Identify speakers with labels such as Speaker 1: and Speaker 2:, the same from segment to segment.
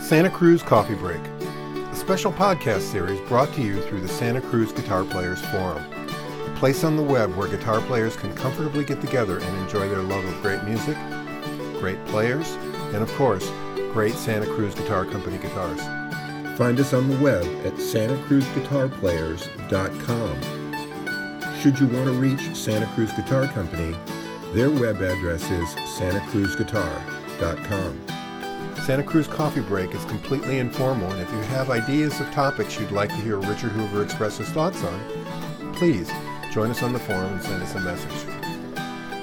Speaker 1: Santa Cruz Coffee Break, a special podcast series brought to you through the Santa Cruz Guitar Players Forum, a place on the web where guitar players can comfortably get together and enjoy their love of great music, great players, and of course, great Santa Cruz Guitar Company guitars. Find us on the web at santacruzguitarplayers.com. Should you want to reach Santa Cruz Guitar Company, their web address is santacruzguitar.com. Santa Cruz Coffee Break is completely informal, and if you have ideas of topics you'd like to hear Richard Hoover express his thoughts on, please join us on the forum and send us a message.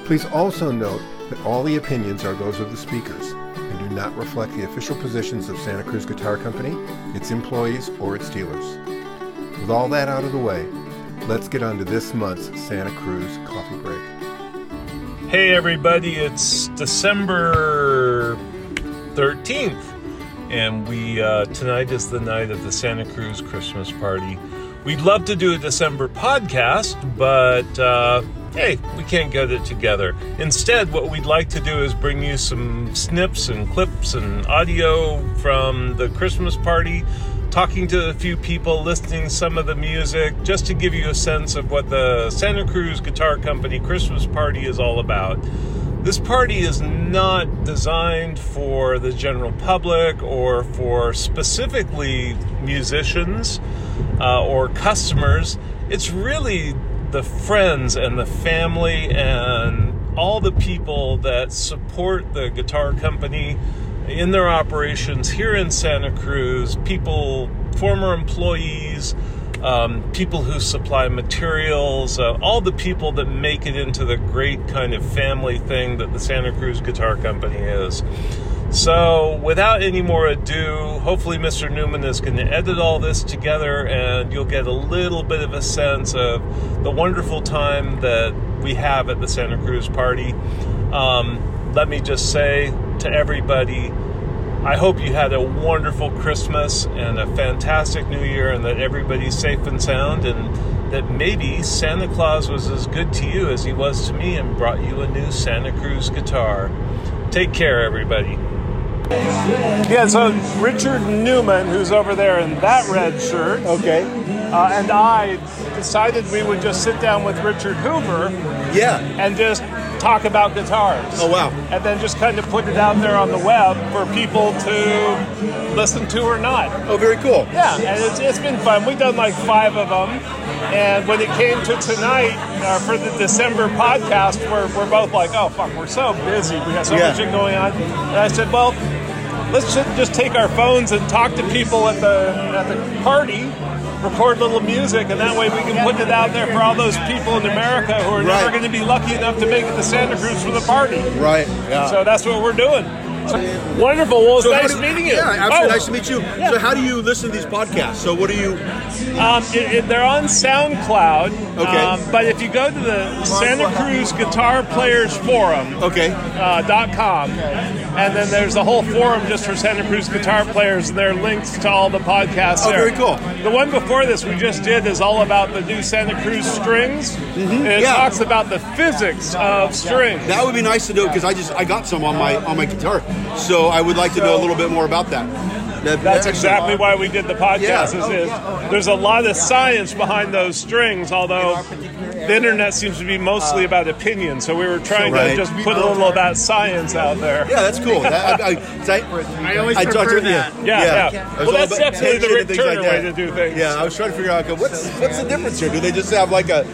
Speaker 1: Please also note that all the opinions are those of the speakers and do not reflect the official positions of Santa Cruz Guitar Company, its employees, or its dealers. With all that out of the way, let's get on to this month's Santa Cruz Coffee Break.
Speaker 2: Hey everybody, it's December 13th, and we uh, tonight is the night of the Santa Cruz Christmas party. We'd love to do a December podcast, but uh, hey, we can't get it together. Instead, what we'd like to do is bring you some snips and clips and audio from the Christmas party, talking to a few people, listening some of the music, just to give you a sense of what the Santa Cruz Guitar Company Christmas party is all about. This party is not designed for the general public or for specifically musicians uh, or customers. It's really the friends and the family and all the people that support the guitar company in their operations here in Santa Cruz, people, former employees, um, people who supply materials, uh, all the people that make it into the great kind of family thing that the Santa Cruz Guitar Company is. So, without any more ado, hopefully Mr. Newman is going to edit all this together and you'll get a little bit of a sense of the wonderful time that we have at the Santa Cruz party. Um, let me just say to everybody, I hope you had a wonderful Christmas and a fantastic New Year, and that everybody's safe and sound, and that maybe Santa Claus was as good to you as he was to me and brought you a new Santa Cruz guitar. Take care, everybody. Yeah, so Richard Newman, who's over there in that red shirt,
Speaker 3: Okay.
Speaker 2: uh, and I decided we would just sit down with Richard Hoover
Speaker 3: Yeah.
Speaker 2: and just talk about guitars.
Speaker 3: Oh wow.
Speaker 2: and then just kind of put it out there on the web for people to listen to or not.
Speaker 3: Oh, very cool.
Speaker 2: Yeah, and it's, it's been fun. We've done like five of them. And when it came to tonight uh, for the December podcast, we're, we're both like, oh, fuck, we're so busy. We got so
Speaker 3: Yeah.
Speaker 2: much shit going on. And I said, well, let's ju- just take our phones and talk to people at the, at the party. Record little music, and that way we can put it out there for all those people in America who are never
Speaker 3: Right.
Speaker 2: going to be lucky enough to make it to Santa Cruz for the party.
Speaker 3: Right. Yeah.
Speaker 2: So that's what we're doing. Wonderful. Well, it's
Speaker 3: So how
Speaker 2: nice
Speaker 3: do-
Speaker 2: meeting you.
Speaker 3: Yeah, absolutely.
Speaker 2: Oh,
Speaker 3: Nice to meet you. So, how do you listen to these podcasts? So, what do you?
Speaker 2: Um, it, it- they're on SoundCloud.
Speaker 3: Okay.
Speaker 2: Um, but if you go to the Santa Cruz Guitar Players Forum
Speaker 3: Okay.
Speaker 2: uh, dot .com, and then there's a whole forum just for Santa Cruz guitar players, and there are links to all the podcasts.
Speaker 3: Oh,
Speaker 2: there.
Speaker 3: very cool.
Speaker 2: The one before this we just did is all about the new Santa Cruz strings. And it
Speaker 3: Mm-hmm. Yeah.
Speaker 2: talks about the physics of strings.
Speaker 3: That would be nice to know because I just I got some on my on my guitar. So, I would like to know a little bit more about that. That-
Speaker 2: That's
Speaker 3: excellent.
Speaker 2: exactly why we did the podcast.
Speaker 3: Yeah. Oh,
Speaker 2: Is, is there's a lot of science behind those strings, although the internet seems to be mostly about opinion. So we were trying to
Speaker 3: Uh, Right.
Speaker 2: just put a little of that science out there.
Speaker 3: Yeah, that's cool. That- I, I, 'cause I,
Speaker 4: I always
Speaker 3: I talked
Speaker 4: prefer
Speaker 3: to yeah.
Speaker 4: that.
Speaker 2: Yeah, yeah.
Speaker 3: I was
Speaker 2: Well,
Speaker 3: all
Speaker 2: that's
Speaker 3: about
Speaker 2: definitely the
Speaker 3: tension and
Speaker 2: Rick
Speaker 3: things
Speaker 2: Turner
Speaker 3: like
Speaker 2: way to
Speaker 3: that.
Speaker 2: do things.
Speaker 3: Yeah, I was trying to figure out like, what's what's the difference here. Do they just have like a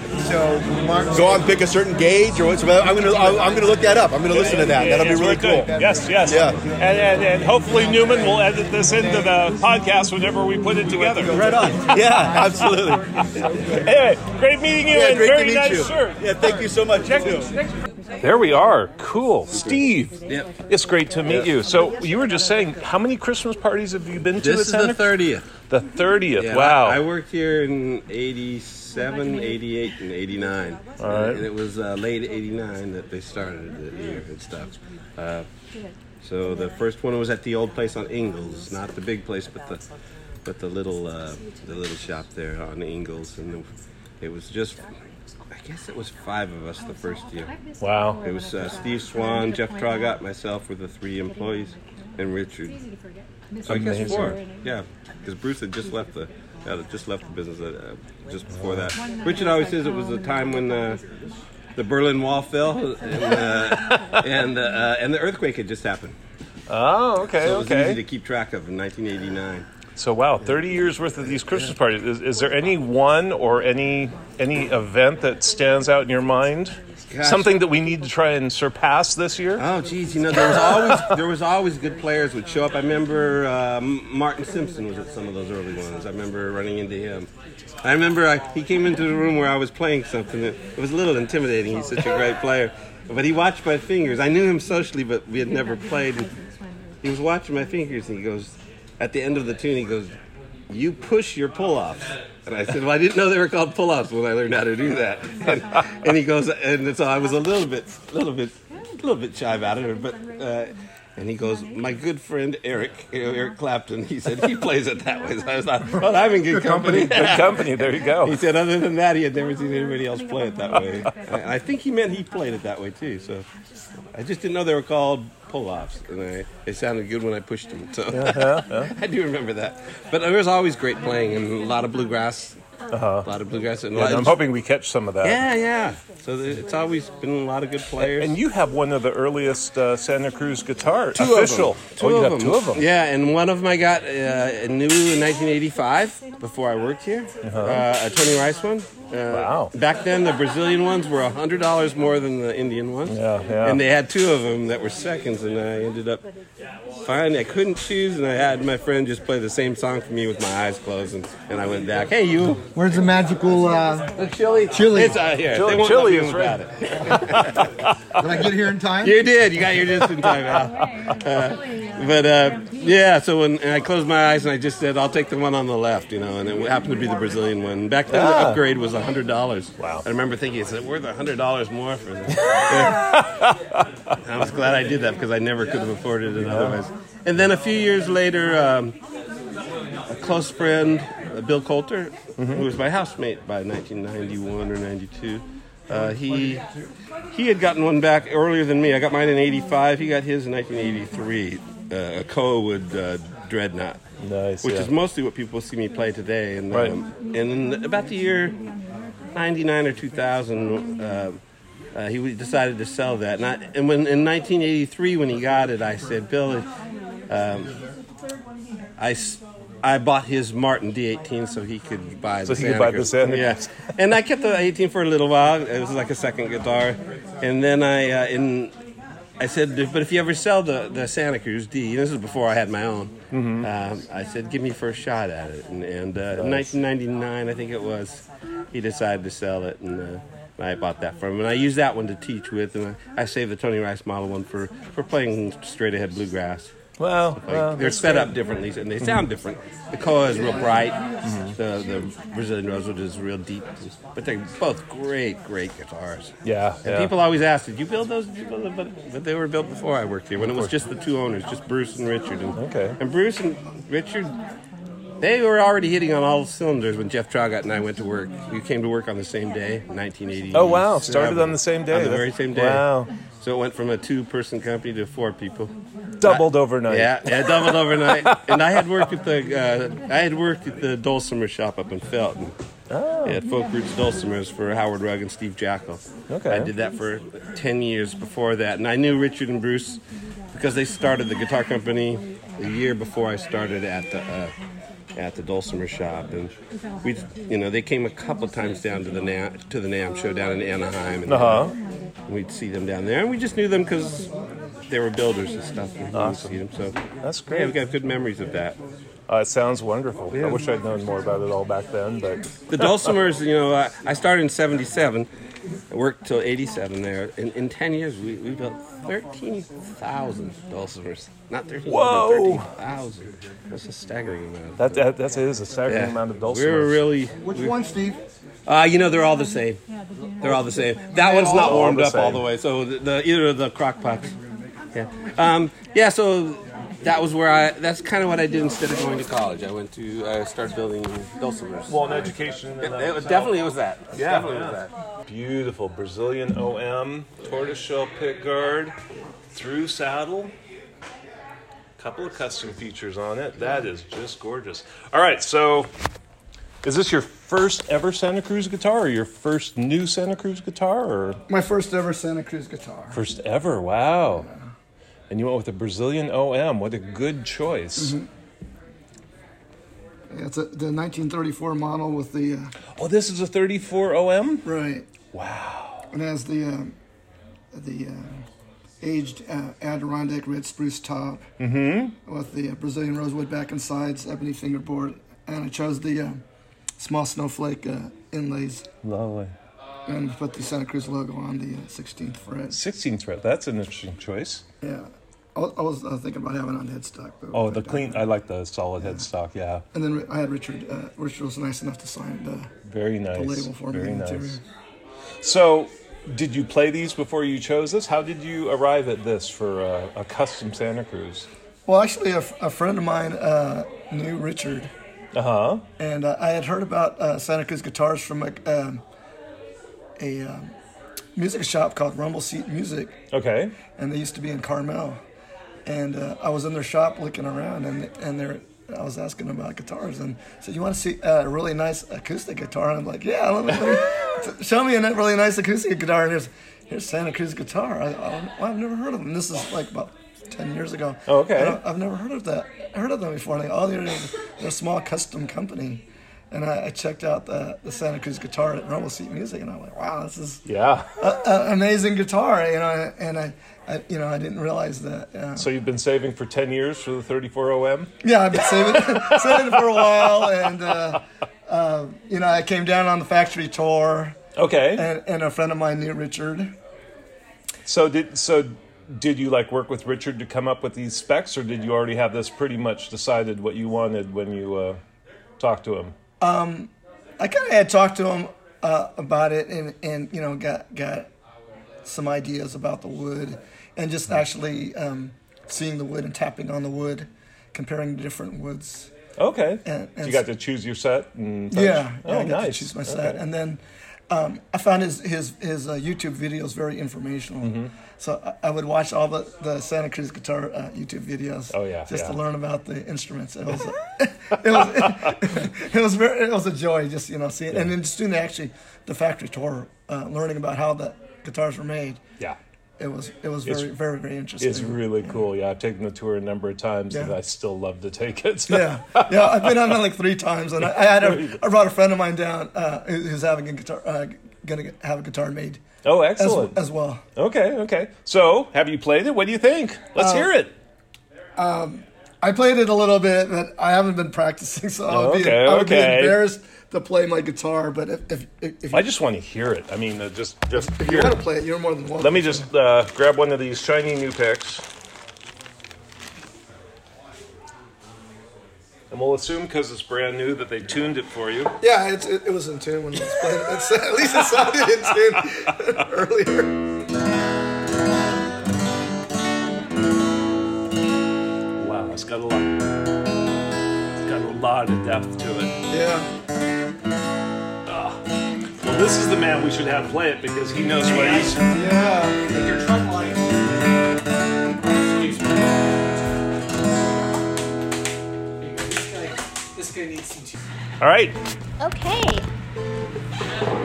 Speaker 3: go out and pick a certain gauge or what's? I'm gonna I'll- I'm gonna look that up. I'm gonna listen to that. That'll be
Speaker 2: It's
Speaker 3: really
Speaker 2: good.
Speaker 3: cool.
Speaker 2: Yes, yes.
Speaker 3: Yeah.
Speaker 2: And, and, and hopefully Newman will edit this into the podcast whenever we put it together.
Speaker 3: Right on. Yeah, absolutely.
Speaker 2: Anyway, great meeting you
Speaker 3: Yeah,
Speaker 2: and
Speaker 3: great
Speaker 2: very
Speaker 3: to meet
Speaker 2: nice
Speaker 3: you.
Speaker 2: shirt.
Speaker 3: Yeah, thank you so much. you too.
Speaker 2: There we are. Cool. Steve. It's great to meet you. So you were just saying, how many Christmas parties have you been to?
Speaker 4: This
Speaker 2: at
Speaker 4: is
Speaker 2: Santa
Speaker 4: the 30th.
Speaker 2: The 30th.
Speaker 4: Yeah,
Speaker 2: wow.
Speaker 4: I, I worked here in 87, 88, and 89.
Speaker 2: right.
Speaker 4: And it was uh, late 89 that they started it here and stuff. Uh, so the first one was at the old place on Ingalls, not the big place, but the but the little uh, the little shop there on Ingalls, and it was just I guess it was five of us the first year.
Speaker 2: wow.
Speaker 4: It was uh, Steve Swan, Jeff Traugott, myself were the three employees, and Richard.
Speaker 5: Easy to forget.
Speaker 4: So I guess
Speaker 2: Amazing.
Speaker 4: four. Yeah, because Bruce had just left the, yeah, just left the business uh, just before that. Richard always says it was the time when the, the Berlin Wall fell and uh, and, uh, and the earthquake had just happened.
Speaker 2: Oh, okay,
Speaker 4: So it was
Speaker 2: okay.
Speaker 4: easy to keep track of in 1989.
Speaker 2: So wow, thirty years worth of these Christmas parties. Is, is there any one or any any event that stands out in your mind?
Speaker 4: Gosh.
Speaker 2: Something that we need to try and surpass this year?
Speaker 4: Oh, geez, you know there was always there was always good players would show up. I remember uh, M- Martin Simpson was at some of those early ones. I remember running into him. I remember I, he came into the room where I was playing something. It was a little intimidating. He's such a great player, but he watched my fingers. I knew him socially, but we had never played. And he was watching my fingers, and he goes, at the end of the tune, he goes, "You push your pull-offs." And I said, "Well, I didn't know they were called pull-offs when I learned how to do that." And, and he goes, and so I was a little bit, little bit, a little bit shy about it, but. Uh, and he goes, my good friend Eric, you know, Eric Clapton. He said he plays it that way. So I was like, well, I'm in good company.
Speaker 2: Good company. There you go.
Speaker 4: He said, other than that, he had never seen anybody else play it that way. And I think he meant he played it that way too. So I just didn't know they were called pull-offs, and I, it sounded good when I pushed them. So
Speaker 2: Uh-huh.
Speaker 4: I do remember that. But there was always great playing and a lot of bluegrass, a lot of bluegrass, and, a lot
Speaker 2: And Uh-huh. I'm
Speaker 4: of-
Speaker 2: hoping we catch some of that.
Speaker 4: yeah, yeah. So there- it's always been a lot of good players.
Speaker 2: And you have one of the earliest uh, Santa Cruz guitars.
Speaker 4: Two
Speaker 2: official.
Speaker 4: Of them. Two
Speaker 2: oh, you
Speaker 4: of
Speaker 2: have
Speaker 4: them.
Speaker 2: two of them.
Speaker 4: Yeah, and one of them I got uh, new in 1985 before I worked here. uh a Tony Rice one. Uh,
Speaker 2: Uh-huh. Wow.
Speaker 4: Back then, the Brazilian ones were hundred dollars more than the Indian ones.
Speaker 2: Yeah, yeah.
Speaker 4: And they had two of them that were seconds, and I ended up fine. I couldn't choose, and I had my friend just play the same song for me with my eyes closed, and, and I went back. Hey, you,
Speaker 6: Where's the magical? Uh,
Speaker 4: the chili,
Speaker 6: Chili.
Speaker 4: It's out here.
Speaker 2: Chili-
Speaker 4: they won't let
Speaker 2: chili
Speaker 4: me
Speaker 2: is
Speaker 4: without
Speaker 2: right.
Speaker 4: it.
Speaker 6: did I get here in time?
Speaker 4: You did. You got your just in time, Al. But uh, yeah, so when and I closed my eyes and I just said, "I'll take the one on the left," you know, and it happened to be the Brazilian one. Back then, the
Speaker 2: Ah.
Speaker 4: upgrade was hundred dollars.
Speaker 2: Wow.
Speaker 4: I remember thinking, "Is it worth hundred dollars more for this?" I was glad I did that because I never could have afforded it otherwise. And then a few years later, um, a close friend, uh, Bill Coulter,
Speaker 2: Mm-hmm.
Speaker 4: who was my housemate by 1991 or 92, uh, he he had gotten one back earlier than me. I got mine in '85. He got his in 1983, uh, a Cowood uh, Dreadnought,
Speaker 2: Nice.
Speaker 4: which
Speaker 2: yeah.
Speaker 4: is mostly what people see me play today. And
Speaker 2: Right.
Speaker 4: um, and in about the year '99 or 2000. Uh, uh, he decided to sell that, and, I, and when in 1983, when he got it, I said, "Bill, I, s- I bought his Martin D18 so he could buy
Speaker 2: So
Speaker 4: the
Speaker 2: he could buy the Santa
Speaker 4: Yes. And I kept the 18 for a little while. It was like a second guitar. And then I uh, in I said, but if you ever sell the, the Santa Cruz D, this is before I had my own,
Speaker 2: Mm-hmm.
Speaker 4: um, I said, give me first shot at it. And, and uh, in 1999, I think it was, he decided to sell it. And uh, I bought that from him. And I used that one to teach with. And I, I saved the Tony Rice model one for, for playing straight ahead bluegrass.
Speaker 2: Well,
Speaker 4: Like,
Speaker 2: well, Mm-hmm.
Speaker 4: they're set up differently and they sound different. The koa is real bright. The, the Brazilian rosewood is real deep. But they're both great, great guitars.
Speaker 2: yeah.
Speaker 4: And
Speaker 2: yeah.
Speaker 4: people always ask, "Did you build those?" Did you build them? But, but they were built before I worked here, when it was just the two owners, just Bruce and Richard. And,
Speaker 2: Okay.
Speaker 4: And Bruce and Richard, they were already hitting on all cylinders when Jeff Traugott and I went to work. We came to work on the same day, 1980.
Speaker 2: Oh, wow. Started on the same day.
Speaker 4: On the
Speaker 2: That's-
Speaker 4: very same day.
Speaker 2: wow.
Speaker 4: So it went from a two-person company to four people.
Speaker 2: doubled overnight.
Speaker 4: Yeah, yeah, doubled overnight. and I had worked at the uh, I had worked at the dulcimer shop up in Felton. Oh. At Folk Roots Dulcimers for Howard Rugg and Steve Jackal.
Speaker 2: Okay.
Speaker 4: I did that for ten years before that, and I knew Richard and Bruce because they started the guitar company a year before I started at the. Uh, at the dulcimer shop, and we, you know, they came a couple times down to the Nam to the Nam show down in Anaheim, and
Speaker 2: Uh-huh.
Speaker 4: we'd see them down there, and we just knew them because they were builders and stuff. And awesome. We'd see them, so
Speaker 2: That's
Speaker 4: yeah, we've
Speaker 2: great.
Speaker 4: got good memories of that.
Speaker 2: Uh, it sounds wonderful. I wish I'd known more about it all back then, but
Speaker 4: The Dulcimers, you know, I, I started in 77. I worked till 87 there. In, in 10 years, we, we built 13,000 Dulcimers. Not 13,000,
Speaker 2: Whoa!
Speaker 4: 13,000. That's a staggering amount.
Speaker 2: that that, that is a staggering
Speaker 4: Yeah.
Speaker 2: amount of
Speaker 4: We
Speaker 2: dulcimers.
Speaker 4: were really,
Speaker 6: Which one, Steve?
Speaker 4: uh, you know, they're all the same. They're all the same. That one's not
Speaker 2: all
Speaker 4: warmed
Speaker 2: the
Speaker 4: up all
Speaker 2: same.
Speaker 4: the way. So the, the either of the crock pots. Yeah. Um, yeah. So that was where I. That's kind of what I did instead of going to college. I went to. uh, I started building dulcimers.
Speaker 2: well, an education. and
Speaker 4: It was
Speaker 2: that-
Speaker 4: definitely was that.
Speaker 2: Yeah,
Speaker 4: definitely
Speaker 2: yeah.
Speaker 4: was that.
Speaker 2: Beautiful Brazilian OM tortoiseshell pick guard through saddle. couple of custom features on it. That is just gorgeous. All right, so is this your first ever Santa Cruz guitar, or your first new Santa Cruz guitar, or
Speaker 5: My first ever Santa Cruz guitar.
Speaker 2: first ever? Wow! And you went with a Brazilian OM. What a good
Speaker 5: Mm-hmm.
Speaker 2: choice.
Speaker 5: Yeah, It's a, the 1934 model with the uh,
Speaker 2: Oh, this is a 34 OM.
Speaker 5: right.
Speaker 2: Wow!
Speaker 5: It has the uh, the uh, aged uh, Adirondack red spruce top
Speaker 2: Mm-hmm.
Speaker 5: with the uh, Brazilian rosewood back and sides, ebony fingerboard, and I chose the uh, small snowflake uh, inlays
Speaker 2: Lovely.
Speaker 5: and put the Santa Cruz logo on the uh, 16th fret.
Speaker 2: 16 fret. That's an interesting choice.
Speaker 5: Yeah, I was, I was uh, thinking about having it on headstock. But
Speaker 2: Oh, the clean. I like the solid headstock. Yeah,
Speaker 5: And then I had Richard. Uh, Richard was nice enough to sign the,
Speaker 2: very nice.
Speaker 5: the label for me.
Speaker 2: very
Speaker 5: and the
Speaker 2: nice.
Speaker 5: interior.
Speaker 2: So, did you play these before you chose this? How did you arrive at this for uh, a custom Santa Cruz?
Speaker 5: Well, actually, a, f- a friend of mine uh, knew Richard,
Speaker 2: Uh huh.
Speaker 5: and uh, I had heard about uh, Santa Cruz guitars from a, um, a um, music shop called Rumble Seat Music,
Speaker 2: Okay.
Speaker 5: and they used to be in Carmel. And uh, I was in their shop looking around, and and they're, I was asking about guitars, and said, "You want to see uh, a really nice acoustic guitar?" And I'm like, "Yeah, let me, let me show me a really nice acoustic guitar." And here's here's Santa Cruz guitar. I, I, well, I've never heard of them. This is like about ten years ago.
Speaker 2: Oh, okay.
Speaker 5: And I, I've never heard of that. Heard of them before? And like, oh, they're, they're a small custom company. And I, I checked out the, the Santa Cruz guitar at Rumble Seat Music, and I'm like, "Wow, this is
Speaker 2: Yeah.
Speaker 5: uh, amazing guitar, you know, and I, I, you know, I didn't realize that. Uh,
Speaker 2: So you've been saving for 10 years for the 34 OM?
Speaker 5: yeah, I've been saving, saving it for a while, and uh, uh, you know, I came down on the factory tour,
Speaker 2: Okay.
Speaker 5: and, and a friend of mine knew Richard.
Speaker 2: so did so did you like work with Richard to come up with these specs or did you already have this pretty much decided what you wanted when you uh, talked to him?
Speaker 5: Um, I kind of had talked to him uh, about it, and, and you know, got got some ideas about the wood, and just actually um, seeing the wood and tapping on the wood, comparing different woods.
Speaker 2: Okay.
Speaker 5: And-
Speaker 2: so Oh. you
Speaker 5: and
Speaker 2: got to choose your set and such?
Speaker 5: Yeah,
Speaker 2: Oh,
Speaker 5: yeah, I got
Speaker 2: nice.
Speaker 5: to choose my set,
Speaker 2: Okay.
Speaker 5: and then um, I found his his his uh, YouTube videos very informational.
Speaker 2: Mm-hmm.
Speaker 5: So I, I would watch all the, the Santa Cruz guitar uh, YouTube videos.
Speaker 2: Oh, yeah,
Speaker 5: just to
Speaker 2: yeah.
Speaker 5: learn about the instruments. It was it was it was very, it was a joy just you know seeing and then just doing actually the factory tour, uh, learning about how the guitars were made.
Speaker 2: yeah.
Speaker 5: It was it was
Speaker 2: It's-
Speaker 5: very very very interesting.
Speaker 2: It's really cool. Yeah, I've taken the tour a number of times and
Speaker 5: Yeah.
Speaker 2: I still love to take it.
Speaker 5: Yeah, yeah. I've been on that like three times, and I, I had a, I brought a friend of mine down uh, who- who's having a guitar, uh, gonna get- have a guitar made
Speaker 2: oh,
Speaker 5: as,
Speaker 2: excellent.
Speaker 5: as well.
Speaker 2: Okay, okay. So, have you played it? What do you think?
Speaker 5: Uh,
Speaker 2: Let's hear it.
Speaker 5: Um, I played it a little bit, but I haven't been practicing, so I'll be,
Speaker 2: Okay,
Speaker 5: I would be
Speaker 2: okay.
Speaker 5: embarrassed to play my guitar. But if if, if, if,
Speaker 2: I
Speaker 5: you,
Speaker 2: just want to hear it. I mean, uh, just just
Speaker 5: if you
Speaker 2: hear
Speaker 5: want
Speaker 2: it.
Speaker 5: to play it, you're more than welcome.
Speaker 2: Let me just uh, grab one of these shiny new picks. And we'll assume because it's brand new that they tuned it for you.
Speaker 5: Yeah, it's, it, it was in tune when I was playing it. It's, at least it sounded in tune earlier.
Speaker 2: Wow, it's got a lot. It's got a lot of depth to it. Ah.
Speaker 5: Yeah,
Speaker 2: Well, this is the man we should have play it because he knows what he's.
Speaker 5: yeah.
Speaker 7: This guy needs some
Speaker 2: All right,
Speaker 8: Okay.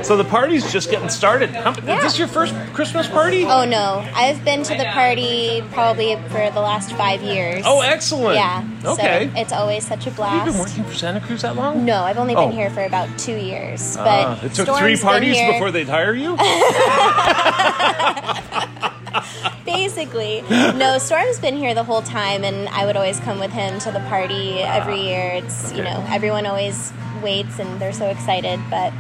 Speaker 2: so the party's just getting started. How,
Speaker 8: Yeah.
Speaker 2: Is this your first Christmas party?
Speaker 8: Oh no, I've been to the party probably for the last five years.
Speaker 2: Oh, excellent.
Speaker 8: Yeah.
Speaker 2: Okay.
Speaker 8: So it's always such a
Speaker 2: Have you been
Speaker 8: blast.
Speaker 2: working for Santa Cruz that long?
Speaker 8: No, I've only been
Speaker 2: Oh.
Speaker 8: here for about two years. But
Speaker 2: Ah, it took three
Speaker 8: Storm's been
Speaker 2: parties
Speaker 8: here-
Speaker 2: before they'd hire you?
Speaker 8: Basically, no. Storm's been here the whole time, and I would always come with him to the party every year. It's you
Speaker 2: okay.
Speaker 8: know everyone always waits, and they're so excited. But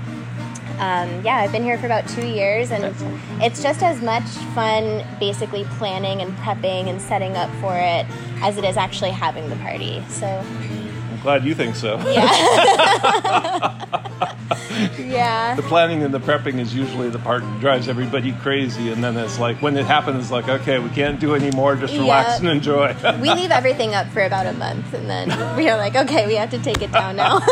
Speaker 8: um, yeah, I've been here for about two years, and it's just as much fun basically planning and prepping and setting up for it as it is actually having the party. So
Speaker 2: I'm glad you think so.
Speaker 8: yeah,
Speaker 2: The planning and the prepping is usually the part that drives everybody crazy, and then it's like when it happens, it's like okay, we can't do any more. Just relax
Speaker 8: Yeah.
Speaker 2: and enjoy.
Speaker 8: we leave everything up for about a month, and then we are like, okay, we have to take it down now.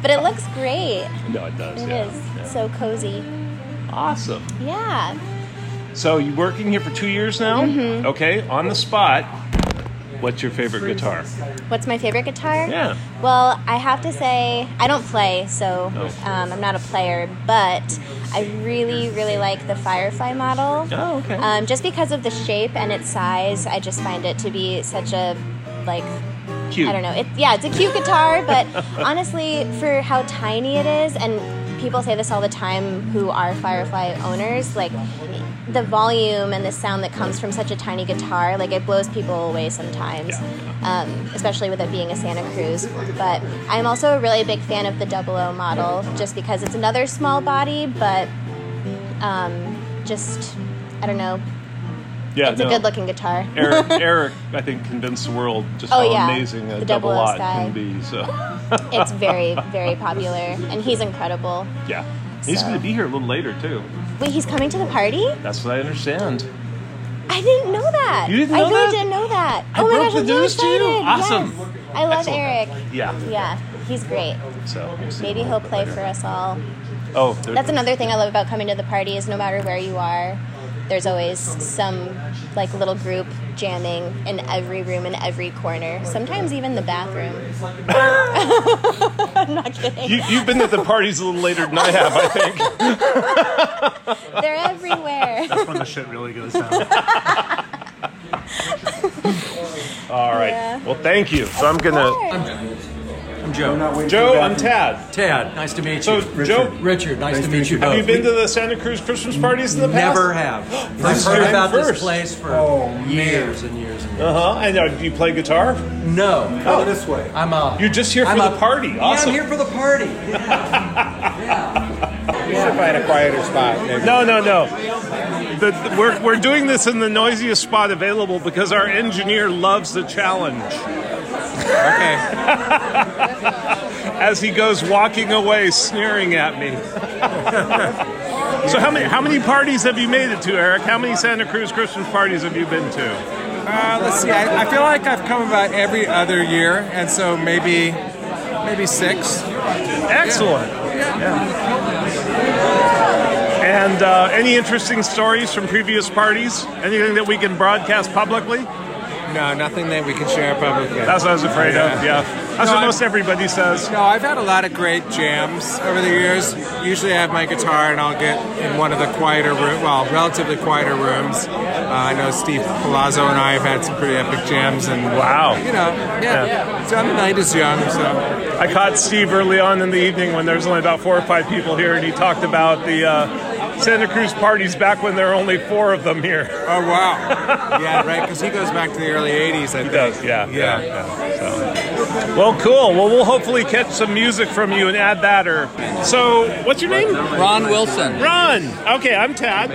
Speaker 8: but it looks great.
Speaker 2: no, it does.
Speaker 8: It is
Speaker 2: yeah. yeah.
Speaker 8: so cozy.
Speaker 2: awesome.
Speaker 8: Yeah. Mm-hmm.
Speaker 2: So you working here for two years now? Okay, on the spot. What's your favorite guitar?
Speaker 8: What's my favorite guitar?
Speaker 2: Yeah.
Speaker 8: Well, I have to say, I don't play, so
Speaker 2: No.
Speaker 8: um, I'm not a player, but I really, really like the Firefly model.
Speaker 2: Oh, okay.
Speaker 8: Um, just because of the shape and its size, I just find it to be such a, like,
Speaker 2: Cute.
Speaker 8: I don't know. It, yeah, it's a cute guitar, but honestly, for how tiny it is, and people say this all the time who are Firefly owners, like the volume and the sound that comes from such a tiny guitar, like it blows people away sometimes, um, especially with it being a Santa Cruz. But I'm also a really big fan of the Double O model just because it's another small body, but um, just, I don't know,
Speaker 2: Yeah,
Speaker 8: it's a
Speaker 2: no.
Speaker 8: good looking guitar.
Speaker 2: Eric, Eric, I think convinced the world just
Speaker 8: Oh,
Speaker 2: how
Speaker 8: yeah.
Speaker 2: amazing a
Speaker 8: The
Speaker 2: double
Speaker 8: 00
Speaker 2: lot
Speaker 8: style.
Speaker 2: can be. So,
Speaker 8: it's very, very popular, and he's incredible.
Speaker 2: yeah, he's
Speaker 8: So-
Speaker 2: going to be here a little later too.
Speaker 8: Wait, he's coming to the party?
Speaker 2: That's what I understand.
Speaker 8: I didn't know that.
Speaker 2: You didn't
Speaker 8: I
Speaker 2: know
Speaker 8: really
Speaker 2: that?
Speaker 8: didn't know that.
Speaker 2: I
Speaker 8: oh my
Speaker 2: broke
Speaker 8: gosh,
Speaker 2: the
Speaker 8: I'm so
Speaker 2: news to you.
Speaker 8: excited.
Speaker 2: Awesome.
Speaker 8: Yes. I love
Speaker 2: Excellent.
Speaker 8: Eric.
Speaker 2: Yeah.
Speaker 8: Yeah, he's great.
Speaker 2: So we'll see
Speaker 8: Maybe
Speaker 2: a
Speaker 8: he'll
Speaker 2: little
Speaker 8: play
Speaker 2: bit
Speaker 8: for
Speaker 2: later.
Speaker 8: us all.
Speaker 2: Oh, there-
Speaker 8: That's another thing I love about coming to the party is no matter where you are, there's always some like little group jamming in every room in every corner. Sometimes even the bathroom. I'm not kidding.
Speaker 2: You, you've been at the parties a little later than I have, I think.
Speaker 8: They're everywhere.
Speaker 9: That's when the shit really goes down.
Speaker 2: All right.
Speaker 8: Yeah.
Speaker 2: Well, thank you. So I'm gonna.
Speaker 10: I'm Joe.
Speaker 2: Joe, I'm Tad.
Speaker 10: Tad, nice to meet
Speaker 2: So,
Speaker 10: you.
Speaker 2: Joe, have
Speaker 10: Richard, nice, to meet you both.
Speaker 2: you been to the Santa Cruz Christmas parties in the past?
Speaker 10: Oh. Never have. I've
Speaker 2: time
Speaker 10: heard about
Speaker 2: first.
Speaker 10: this place for years and years and years.
Speaker 2: Uh huh. And uh, do you play guitar? Oh.
Speaker 10: No,
Speaker 6: Go this way.
Speaker 10: I'm a.
Speaker 2: You're just here for
Speaker 10: I'm
Speaker 2: the
Speaker 10: a-
Speaker 2: party.
Speaker 10: Yeah,
Speaker 2: Awesome.
Speaker 10: I'm here for the party.
Speaker 3: should find a quieter spot. Nick.
Speaker 2: No, no, no. The, we're, we're doing this in the noisiest spot available because our engineer loves the challenge.
Speaker 10: Okay.
Speaker 2: As he goes walking away, sneering at me. so how many how many parties have you made it to, Eric? How many Santa Cruz Christian parties have you been to?
Speaker 11: Uh, let's see. I, I feel like I've come about every other year, and so maybe, maybe six.
Speaker 2: Excellent. Yeah. And uh, any interesting stories from previous parties? Anything that we can broadcast publicly?
Speaker 11: No, nothing that we can share publicly.
Speaker 2: That's what I was afraid of. Yeah, that's
Speaker 11: No,
Speaker 2: what
Speaker 11: I-
Speaker 2: most everybody says.
Speaker 11: No, I've had a lot of great jams over the years. Usually I have my guitar and I'll get in one of the quieter room, well, relatively quieter rooms. Uh, I know Steve Palazzo and I have had some pretty epic jams and
Speaker 2: Wow.
Speaker 11: You know, yeah. So the night is young, so
Speaker 2: I caught Steve early on in the evening when there was only about four or five people here, and he talked about the uh, Santa Cruz parties back when there were only four of them here.
Speaker 11: oh wow, yeah, right, because he goes back to the early '80s. I think.
Speaker 2: yeah, yeah. yeah. So. Well, cool. Well, we'll hopefully catch some music from you and add that. Or so, what's your name?
Speaker 10: Ron Wilson.
Speaker 2: Ron. Okay, I'm Tad.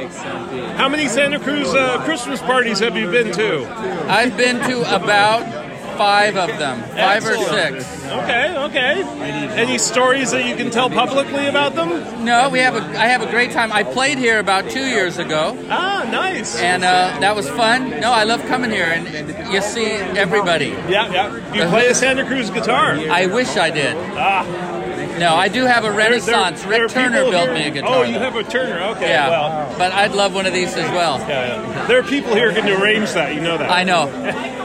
Speaker 2: How many Santa Cruz uh, Christmas parties have you been to?
Speaker 10: I've been to about five of them, five
Speaker 2: Excellent.
Speaker 10: or six.
Speaker 2: Okay, okay. Any stories that you can tell publicly about them?
Speaker 10: No, we have a. I have a great time. I played here about two years ago,
Speaker 2: Ah, nice.
Speaker 10: and uh, that was fun. No, I love coming here, and you see everybody. Uh-huh.
Speaker 2: Yeah, yeah. Do you play a Santa Cruz guitar?
Speaker 10: I wish I did.
Speaker 9: Ah,
Speaker 10: No, I do have a
Speaker 2: There- there-
Speaker 10: Renaissance.
Speaker 2: there are
Speaker 10: Rick Turner
Speaker 2: people
Speaker 10: built
Speaker 2: here-
Speaker 10: me a guitar.
Speaker 2: Oh, you
Speaker 10: though.
Speaker 2: have a Turner. Okay.
Speaker 10: yeah,
Speaker 2: Well,
Speaker 10: but I'd love one of these as well.
Speaker 2: yeah, yeah. There are people here who can arrange that. You know that.
Speaker 10: I know.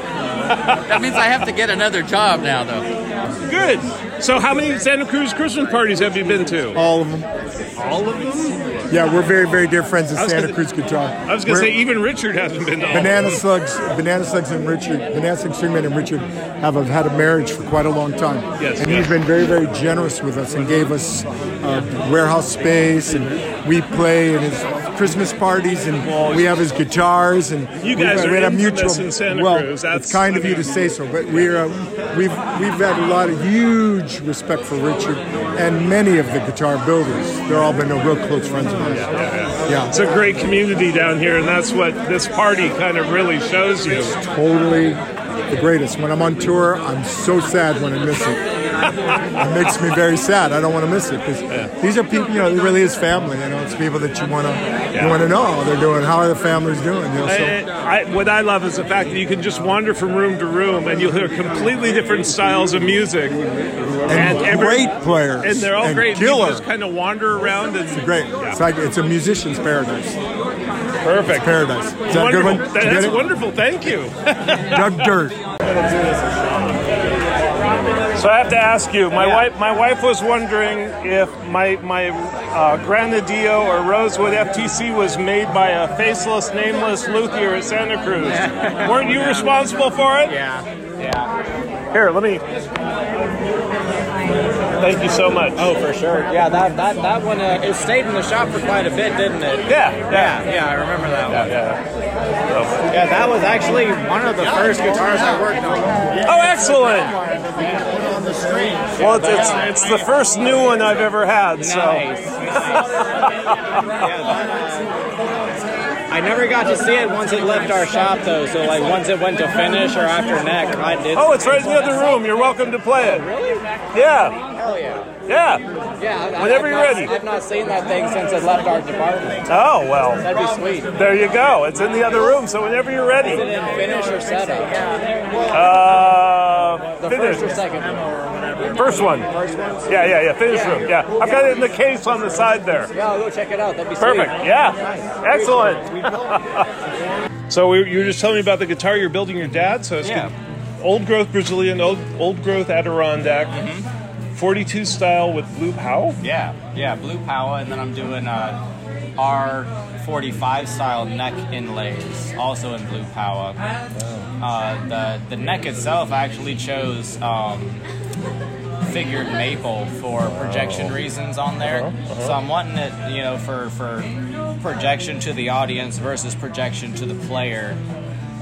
Speaker 10: that means I have to get another job now, though.
Speaker 2: Good. So, how many Santa Cruz Christmas parties have you been to?
Speaker 6: All of them.
Speaker 2: All of them.
Speaker 6: Yeah, we're very, very dear friends of
Speaker 2: was
Speaker 6: Santa
Speaker 2: gonna-
Speaker 6: Cruz Guitar.
Speaker 2: I was going to
Speaker 6: We're-
Speaker 2: say even Richard hasn't been to all. of them.
Speaker 6: Banana Slugs, Banana Slugs and Richard, Banana Slugs Stringman and Richard have have had a marriage for quite a long time.
Speaker 2: Yes,
Speaker 6: and
Speaker 2: yeah.
Speaker 6: he's been very, very generous with us and gave us uh, warehouse space and we play in his Christmas parties and we have his guitars and
Speaker 2: You
Speaker 6: we've-
Speaker 2: guys are
Speaker 6: we had a
Speaker 2: infamous
Speaker 6: mutual.
Speaker 2: in Santa
Speaker 6: well,
Speaker 2: Cruz. That's-
Speaker 6: it's kind of
Speaker 2: I
Speaker 6: you to
Speaker 2: mean-
Speaker 6: say so, but we're uh, we've we've had a lot of huge respect for Richard and many of the guitar builders. They're all been uh, real close friends of ours. yeah.
Speaker 2: It's a great community down here, and that's what this party kind of really shows you.
Speaker 6: totally the greatest. When I'm on tour, I'm so sad when I miss it. it makes me very sad. I don't want to miss it because these are people. You know, it really is family. You know, it's people that you want to you want to know how they're doing, how are the families doing. You know, so.
Speaker 2: I, I, what I love is the fact that you can just wander from room to room and you'll hear completely different styles of music. And, every-
Speaker 6: great players.
Speaker 2: And they're all
Speaker 6: And
Speaker 2: great.
Speaker 6: killer.
Speaker 2: You just kind of wander around and.
Speaker 6: Great.
Speaker 2: Yeah.
Speaker 6: It's like it's a musician's paradise.
Speaker 2: Perfect. It's
Speaker 6: paradise. Is that a good
Speaker 2: wonderful.
Speaker 6: one? Did you get
Speaker 2: that's
Speaker 6: it?
Speaker 2: wonderful. Thank you.
Speaker 6: Doug Dirt.
Speaker 2: So I have to ask you. My wife, my wife was wondering if my my uh, Granadillo or Rosewood FTC was made by a faceless, nameless luthier at Santa Cruz. Weren't you responsible for it?
Speaker 11: Yeah.
Speaker 2: Yeah. Here, let me. Thank you so much.
Speaker 9: Oh, for sure. Yeah, that that, that one uh, it stayed in the shop for quite a bit, didn't it?
Speaker 2: Yeah,
Speaker 9: yeah, yeah. I remember that one.
Speaker 2: Yeah,
Speaker 9: yeah. that was actually one of the first guitars I worked on.
Speaker 2: Oh, excellent!
Speaker 9: On the screen.
Speaker 2: Well, it's, it's, it's the first new one I've ever had. So.
Speaker 9: I never got to see it once it left our shop though. So like once it went to finish or after neck, I did.
Speaker 2: Oh, it's right in the other room. You're welcome to play it.
Speaker 9: Really?
Speaker 2: Yeah.
Speaker 9: Hell yeah.
Speaker 2: Yeah.
Speaker 9: Yeah. I- I-
Speaker 2: Whenever
Speaker 9: I've
Speaker 2: you're
Speaker 9: not-
Speaker 2: ready.
Speaker 9: I've not seen that thing since it left our department.
Speaker 2: Oh well.
Speaker 9: That'd be sweet.
Speaker 2: There you go. It's in the other room. So whenever you're
Speaker 9: Is it
Speaker 2: ready.
Speaker 9: in finish or setup?
Speaker 2: Uh,
Speaker 9: The
Speaker 2: finish.
Speaker 9: first or second one?
Speaker 2: First one.
Speaker 9: First one?
Speaker 2: Yeah, yeah, yeah. Finish room. Yeah. I've got it in the case on the side there.
Speaker 9: Yeah, I'll go check it out. That'd be
Speaker 2: Perfect.
Speaker 9: sweet.
Speaker 2: Yeah. Excellent. so we, you were just telling me about the guitar you're building your dad. So it's
Speaker 9: Yeah.
Speaker 2: gonna- old growth Brazilian, old old growth Adirondack, Mm-hmm. 42 style with blue powell.
Speaker 9: Yeah, yeah, blue power, and then I'm doing uh, R45 style neck inlays, also in blue power. Uh, the the neck itself, I actually chose um, figured maple for projection reasons on there. So I'm wanting it, you know, for for projection to the audience versus projection to the player.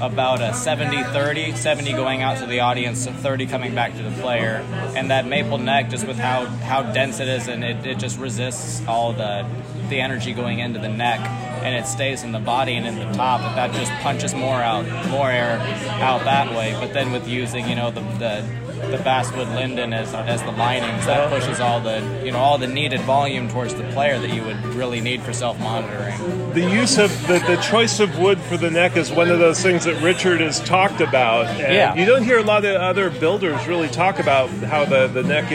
Speaker 9: About a 70 30, 70 going out to the audience, and 30 coming back to the player. And that maple neck, just with how, how dense it is, and it, it just resists all the, the energy going into the neck, and it stays in the body and in the top. But that just punches more out, more air out that way. But then with using, you know, the, the the basswood linden as, as the linings that pushes all the you know all the needed volume towards the player that you would really need for self monitoring.
Speaker 2: The use of the, the choice of wood for the neck is one of those things that Richard has talked about. And
Speaker 9: Yeah.
Speaker 2: You don't hear a lot of other builders really talk about how the, the neck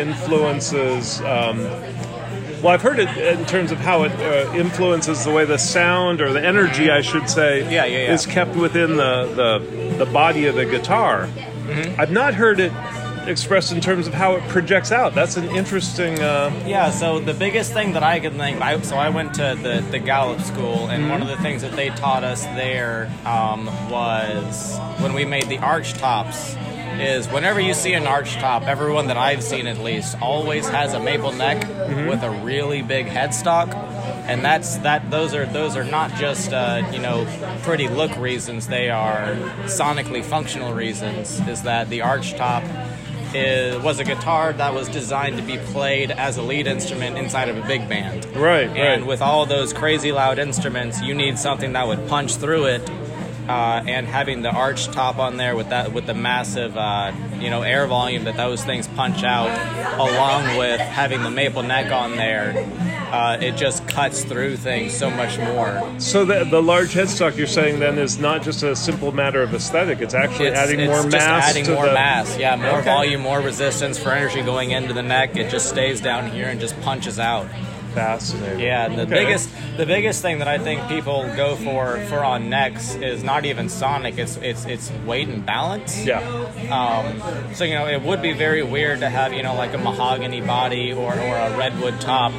Speaker 2: influences. Um, well, I've heard it in terms of how it uh, influences the way the sound or the energy, I should say,
Speaker 9: Yeah, yeah, yeah.
Speaker 2: is kept within the, the, the body of the guitar.
Speaker 9: Mm-hmm.
Speaker 2: I've not heard it expressed in terms of how it projects out. That's an interesting. Uh,
Speaker 9: Yeah, so the biggest thing that I could think, I, so I went to the, the Gallup School, and one of the things that they taught us there um, was when we made the arch tops. Is whenever you see an arch top, everyone that I've seen at least always has a maple neck with a really big headstock. and that's that those are those are not just uh, you know pretty look reasons they are sonically functional reasons is that the arch top is, was a guitar that was designed to be played as a lead instrument inside of a big band
Speaker 2: right, right.
Speaker 9: and with all those crazy loud instruments, you need something that would punch through it. Uh, and having the arch top on there with that with the massive uh, you know air volume that those things punch out, along with having the maple neck on there, uh, it just cuts through things so much more.
Speaker 2: So the, the large headstock you're saying then is not just a simple matter of aesthetic. It's actually
Speaker 9: It's-
Speaker 2: adding
Speaker 9: it's
Speaker 2: more
Speaker 9: just
Speaker 2: mass.
Speaker 9: adding
Speaker 2: to
Speaker 9: more
Speaker 2: the,
Speaker 9: mass. Yeah, more
Speaker 2: Okay.
Speaker 9: volume, more resistance for energy going into the neck. It just stays down here and just punches out.
Speaker 2: Fascinating.
Speaker 9: Yeah, the
Speaker 2: Okay.
Speaker 9: biggest the biggest thing that I think people go for for on necks is not even sonic. It's it's it's weight and balance.
Speaker 2: Yeah.
Speaker 9: Um, so you know it would be very weird to have you know like a mahogany body or, or a redwood top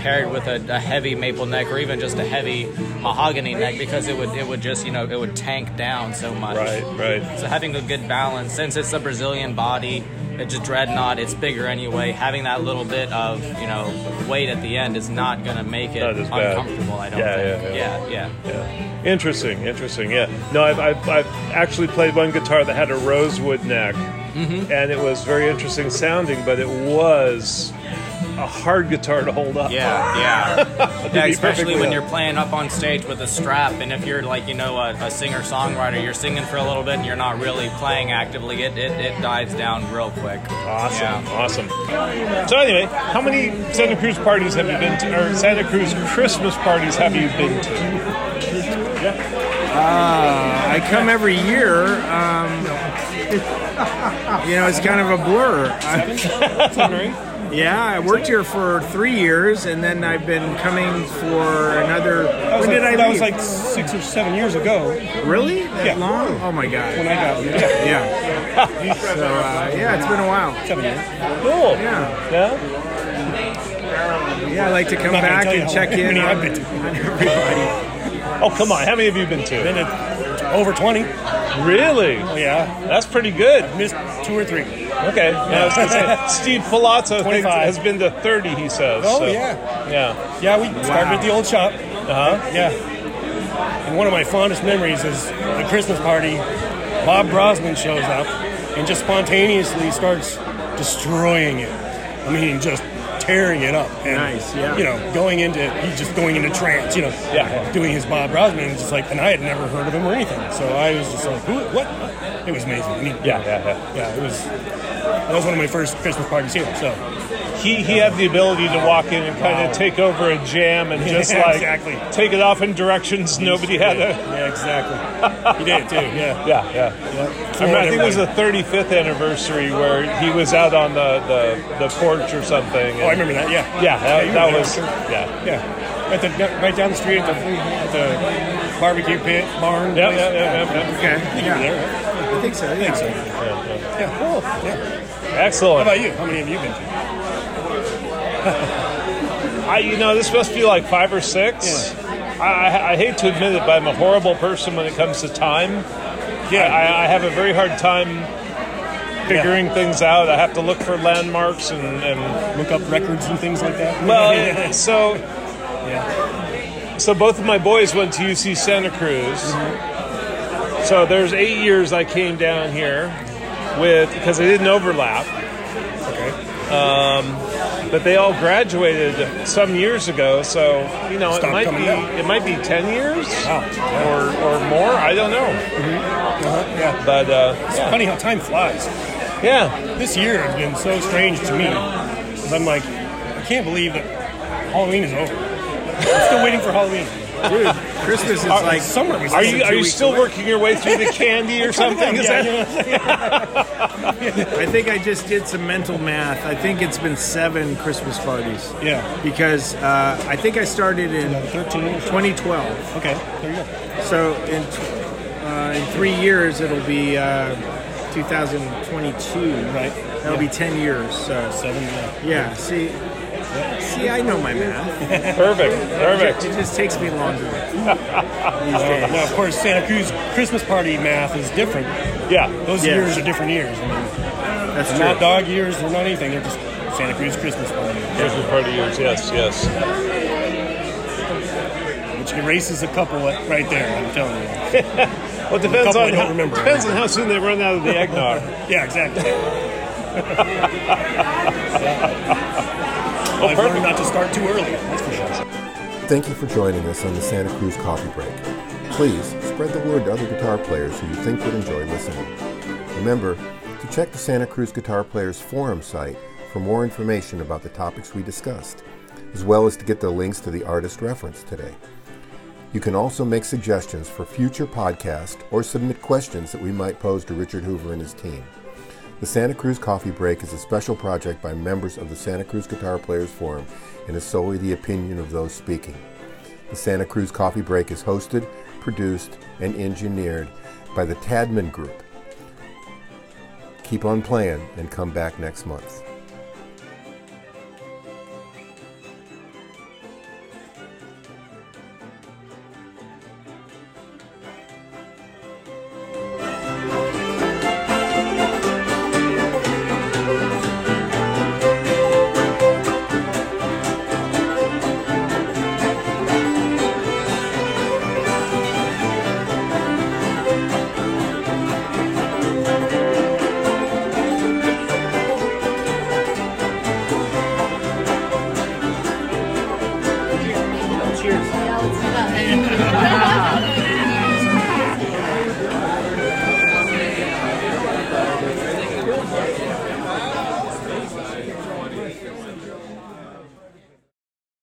Speaker 9: paired with a, a heavy maple neck or even just a heavy mahogany neck because it would it would just you know it would tank down so much.
Speaker 2: Right, right.
Speaker 9: So having a good balance, since it's a Brazilian body, it's a dreadnought, it's bigger anyway. Having that little bit of you know weight at the end is not going to make it
Speaker 2: Not as bad.
Speaker 9: uncomfortable. I don't
Speaker 2: Yeah,
Speaker 9: think.
Speaker 2: yeah,
Speaker 9: yeah,
Speaker 2: Yeah. Interesting, interesting. Yeah. No, I've, I've, I've actually played one guitar that had a rosewood neck,
Speaker 9: Mm-hmm.
Speaker 2: and it was very interesting sounding, but it was a hard guitar to hold up.
Speaker 9: Yeah, yeah.
Speaker 2: To
Speaker 9: Yeah,
Speaker 2: be
Speaker 9: especially
Speaker 2: perfectly
Speaker 9: when
Speaker 2: honest.
Speaker 9: you're playing up on stage with a strap, and if you're like, you know, a, a singer songwriter, you're singing for a little bit and you're not really playing actively, it, it, it dives down real quick.
Speaker 2: Awesome,
Speaker 9: Yeah.
Speaker 2: awesome. So anyway, how many Santa Cruz parties have you been to, or Santa Cruz Christmas parties have you been to?
Speaker 11: Uh, I come every year. Um, You know, it's kind of a blur. Yeah, I worked here for three years, and then I've been coming for another.
Speaker 12: That was
Speaker 11: when
Speaker 12: like,
Speaker 11: did I
Speaker 12: that was
Speaker 11: leave?
Speaker 12: like six or seven years ago.
Speaker 11: Really? That
Speaker 12: yeah.
Speaker 11: long? Oh my god.
Speaker 12: When I got here.
Speaker 11: Yeah. so uh, yeah, it's been a while.
Speaker 12: Seven years.
Speaker 2: Cool.
Speaker 11: Yeah.
Speaker 2: Yeah.
Speaker 11: Yeah, I like to come back and check in. on-
Speaker 2: Oh, come on. How many have you been to?
Speaker 12: Been to over 20.
Speaker 2: Really?
Speaker 12: Yeah.
Speaker 2: That's pretty good. I
Speaker 12: missed two or three.
Speaker 2: Okay. Yeah, I was gonna say, Steve Palazzo thinks,
Speaker 12: 25.
Speaker 2: has been to 30, he says.
Speaker 12: Oh,
Speaker 2: so,
Speaker 12: yeah.
Speaker 2: Yeah.
Speaker 12: Yeah, we started at the old shop.
Speaker 2: Uh huh.
Speaker 12: Yeah. And one of my fondest memories is the Christmas party. Bob Brosnan shows up and just spontaneously starts destroying it. I mean, just tearing it up. And,
Speaker 11: Nice, yeah.
Speaker 12: You know, going into he's just going into trance. You know,
Speaker 11: Yeah.
Speaker 12: doing his Bob Brosnan. And just like, and I had never heard of him or anything, so I was just like, who? What? It was amazing. I mean,
Speaker 2: Yeah, yeah, yeah.
Speaker 12: yeah. It was. That was one of my first Christmas parties here. So
Speaker 2: He, he had the ability to walk in and kind
Speaker 12: Wow.
Speaker 2: of take over a jam and just
Speaker 12: Yeah,
Speaker 2: like
Speaker 12: exactly.
Speaker 2: take it off in directions nobody had. A,
Speaker 12: yeah, exactly. He did too. Yeah.
Speaker 2: yeah, yeah. I, remember, I think it was the 35th anniversary where he was out on the, the, the porch or something.
Speaker 12: Oh, I remember that. Yeah.
Speaker 2: Yeah, that,
Speaker 12: you
Speaker 2: that
Speaker 12: were there,
Speaker 2: was.
Speaker 12: sure.
Speaker 2: Yeah.
Speaker 12: yeah. At the right down the street at the, at the barbecue pit barn.
Speaker 2: Yeah,
Speaker 12: place.
Speaker 2: yeah, yeah, yeah, yeah.
Speaker 12: I think you were there. Right?
Speaker 11: I think so. Yeah.
Speaker 12: I think so.
Speaker 2: Yeah, yeah.
Speaker 12: Yeah, cool. Yeah.
Speaker 2: Excellent.
Speaker 12: How about you? How many have you been to?
Speaker 2: I, you know, this must be like five or six. I, I, I hate to admit it, but I'm a horrible person when it comes to time. Yeah, I, I have a very hard time figuring things out. I have to look for landmarks and, and
Speaker 12: look up records and things like that.
Speaker 2: Well, it- so so both of my boys went to UC Santa Cruz. So there's eight years I came down here with because they didn't overlap. Okay. Um, but they all graduated some years ago, so you know
Speaker 12: Stopped
Speaker 2: it might
Speaker 12: coming
Speaker 2: be
Speaker 12: down.
Speaker 2: it might be ten years or or more. I don't know.
Speaker 12: Mm-hmm. Uh-huh. Yeah.
Speaker 2: But uh,
Speaker 12: It's
Speaker 2: yeah.
Speaker 12: funny how time flies.
Speaker 2: Yeah.
Speaker 12: This year has been so strange to me. 'cause I'm like, I can't believe that Halloween is over. I'm still waiting for Halloween.
Speaker 11: Dude, Christmas is
Speaker 12: Are-
Speaker 11: like
Speaker 12: summer. was
Speaker 2: Are
Speaker 12: less than
Speaker 2: you
Speaker 12: two
Speaker 2: are you
Speaker 12: weeks
Speaker 2: still
Speaker 12: away.
Speaker 2: working your way through the candy or something? Is
Speaker 12: Yeah,
Speaker 2: that-
Speaker 11: I think I just did some mental math. I think it's been seven Christmas parties.
Speaker 12: Yeah.
Speaker 11: Because uh, I think I started in 2012.
Speaker 12: Okay, there you go.
Speaker 11: So in t- uh, in three years it'll be uh, 2022.
Speaker 12: Right.
Speaker 11: That'll be 10 years. So
Speaker 12: seven. Yeah.
Speaker 11: yeah see. See, I know my math.
Speaker 2: Perfect, perfect.
Speaker 11: It just takes me longer.
Speaker 12: Uh, now, of course, Santa Cruz Christmas party math is different.
Speaker 2: Yeah,
Speaker 12: Those
Speaker 11: Yeah.
Speaker 12: years are different years. I mean,
Speaker 11: That's
Speaker 12: they're
Speaker 11: true.
Speaker 12: not dog years. They're not anything. They're just Santa Cruz Christmas party,
Speaker 2: Christmas party years, yes, yes.
Speaker 12: which erases a couple right there. I'm telling you.
Speaker 2: Well, it depends
Speaker 12: Couple I
Speaker 2: on
Speaker 12: don't
Speaker 2: how,
Speaker 12: remember.
Speaker 2: depends on how soon they run out of Oh, the eggnog.
Speaker 12: Yeah, exactly.
Speaker 2: Well,
Speaker 12: I've learned not to start too early. That's for sure.
Speaker 1: Thank you for joining us on the Santa Cruz Coffee Break. Please spread the word to other guitar players who you think would enjoy listening. Remember to check the Santa Cruz Guitar Players forum site for more information about the topics we discussed, as well as to get the links to the artist referenced today. You can also make suggestions for future podcasts or submit questions that we might pose to Richard Hoover and his team. The Santa Cruz Coffee Break is a special project by members of the Santa Cruz Guitar Players Forum and is solely the opinion of those speaking. The Santa Cruz Coffee Break is hosted, produced, and engineered by the Tadman Group. Keep on playing and come back next month.